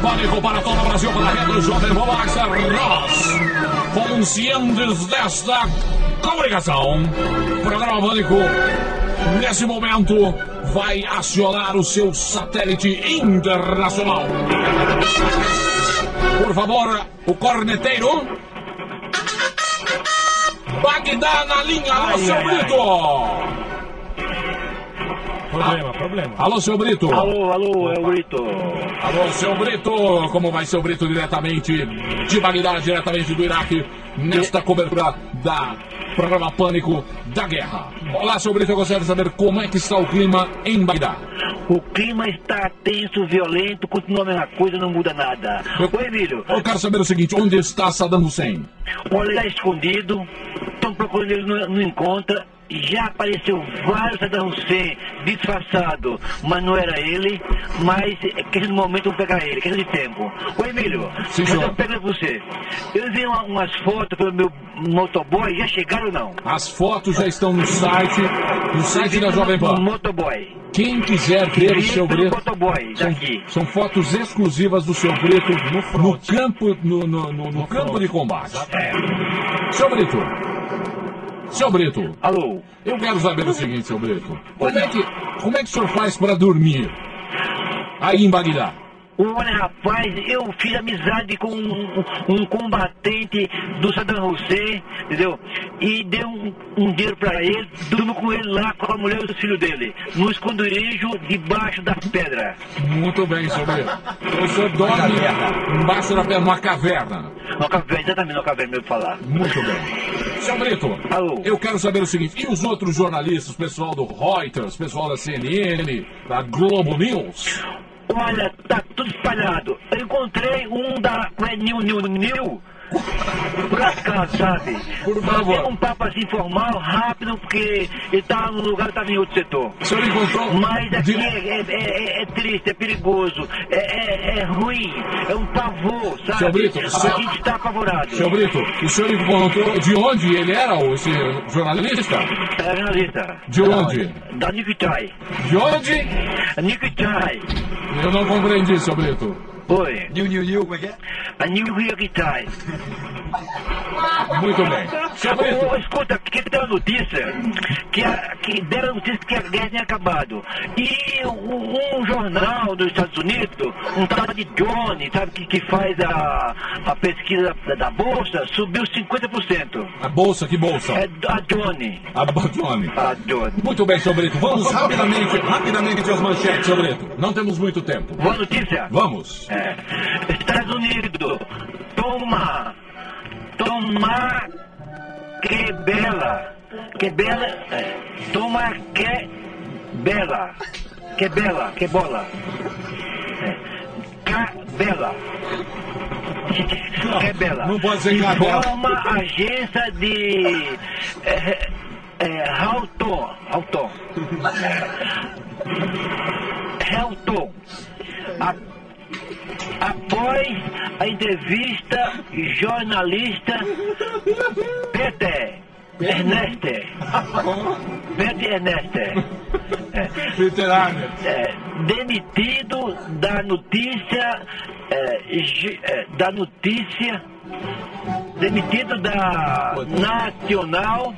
Pânico para todo o Brasil, para a rede do Jovem Pan Axel Ross. Conscientes desta comunicação, o programa Pânico, nesse momento, vai acionar o seu satélite internacional. Por favor, o corneteiro. Bagdá na linha, alô, seu Brito! Problema, problema. Alô, seu Brito. Alô, alô, é o Brito. Alô, seu Brito. Como vai, seu Brito, diretamente de Bagdá, diretamente do Iraque, nesta cobertura da programa Pânico da Guerra. Olá, seu Brito, eu gostaria de saber como é que está o clima em Bagdá. O clima está tenso, violento, continua a mesma coisa, não muda nada. Eu- Ô, Emílio, Eu quero saber o seguinte, onde está Saddam Hussein? olha, ele está escondido, estão procurando ele, não, não encontra. Já apareceu vários Saddam Hussein disfarçado, mas não era ele. Mas é questão de momento eu vou pegar ele, questão de tempo. Ô Emílio, Sim, já senhor. estou pegando você. Eu vi uma- umas fotos pelo meu motoboy, já chegaram ou não? As fotos já estão no site, no site da Jovem Um Pan. Motoboy. Quem quiser ver o seu Vitor Brito... Motoboy, São, daqui. são fotos exclusivas do seu Brito no, campo, no, no- no- no campo de combate. É. Seu Brito, seu Brito, Alô? eu quero saber o seguinte, seu Brito. Como é que, como é que o senhor faz para dormir aí em Bagdá? Olha, rapaz, eu fiz amizade com um, um combatente do Saddam Hussein, entendeu? E dei um, um dinheiro pra ele, durmo com ele lá, com a mulher e os filhos dele, no esconderijo debaixo da pedra. Muito bem, seu Brito. O senhor dorme embaixo da pedra, numa caverna. Não caverna, exatamente não caverna, meu falar. Muito bem. Seu Brito, Alô? eu quero saber o seguinte: e os outros jornalistas, pessoal do Reuters, pessoal da CNN, da Globo News? Olha, tá tudo espalhado. Eu encontrei um da. Não é New, New, New? Por acaso, sabe? Por Mas favor. tem um papo assim informal, rápido, porque ele tava num lugar, tava em outro setor. O senhor encontrou. Mas aqui de- é, é- é- é triste, é perigoso, é, é- é ruim, é um pavor, sabe? Seu Brito, a seu- gente está apavorado. Seu Brito, o senhor encontrou de onde ele era, o- esse jornalista? É jornalista. De onde? Da Nikitai. De onde? Nikitai. Eu não compreendi, seu Brito. Oi. New, new, new, como é que é? A Nikitai. Muito bem. Seu Ô, Brito, escuta, que tem uma notícia que, a- que deram a notícia que a guerra tinha acabado. E um, um jornal dos Estados Unidos, um tal de Johnny, sabe, que, que faz a, a pesquisa da, da bolsa, subiu 50%. a bolsa, que bolsa? É do- a Johnny. A Badione. A Johnny. Muito bem, seu Brito. Vamos rapidamente, rapidamente às manchetes, seu Brito. Não temos muito tempo. Boa notícia? Vamos. É. Estados Unidos, toma! Toma! Que bela! Que bela! é, Toma que bela! Que bela! Que bola! É. Cabela! Não, Que bela! não pode ser cabela. Toma agência de. É, é, Halton. Halton. Helton, a- após a entrevista jornalista Peter Erneste, Peter Erneste, é, Literário. é, demitido da notícia, é, gi- é, da notícia, demitido da Nacional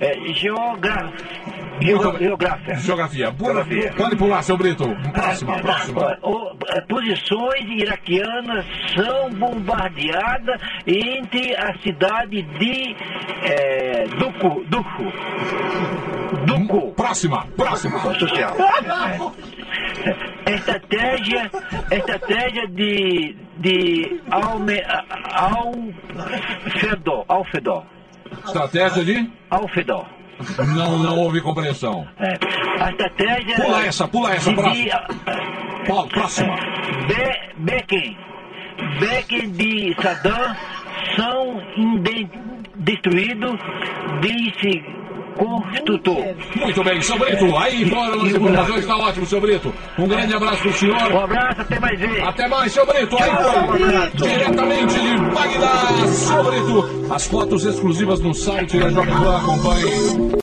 é, Geogra- Geografia. É, Geografia. Pula, pode pular, seu Brito. Próxima, próxima. Posições iraquianas são bombardeadas entre a cidade de é, Duku. Duku. Duku. Próxima, próxima. Social. estratégia, estratégia de, de Alme, Alfedor. Alfedor. Estratégia de? Alfedor. Não, não houve compreensão. É, a estratégia. Pula essa, pula essa, de, é, Paulo, próxima. Be, Becking. Becking de Saddam são inde, destruídos, disse construtor. Muito bem, seu Brito. Aí fora nas informações, está ótimo, seu Brito. Um grande abraço pro senhor. Um abraço, até mais vezes. Até mais, seu Brito. Aí foi. Diretamente de Bagdá, seu Brito. As fotos exclusivas no site da Jovem Pan. Acompanhe.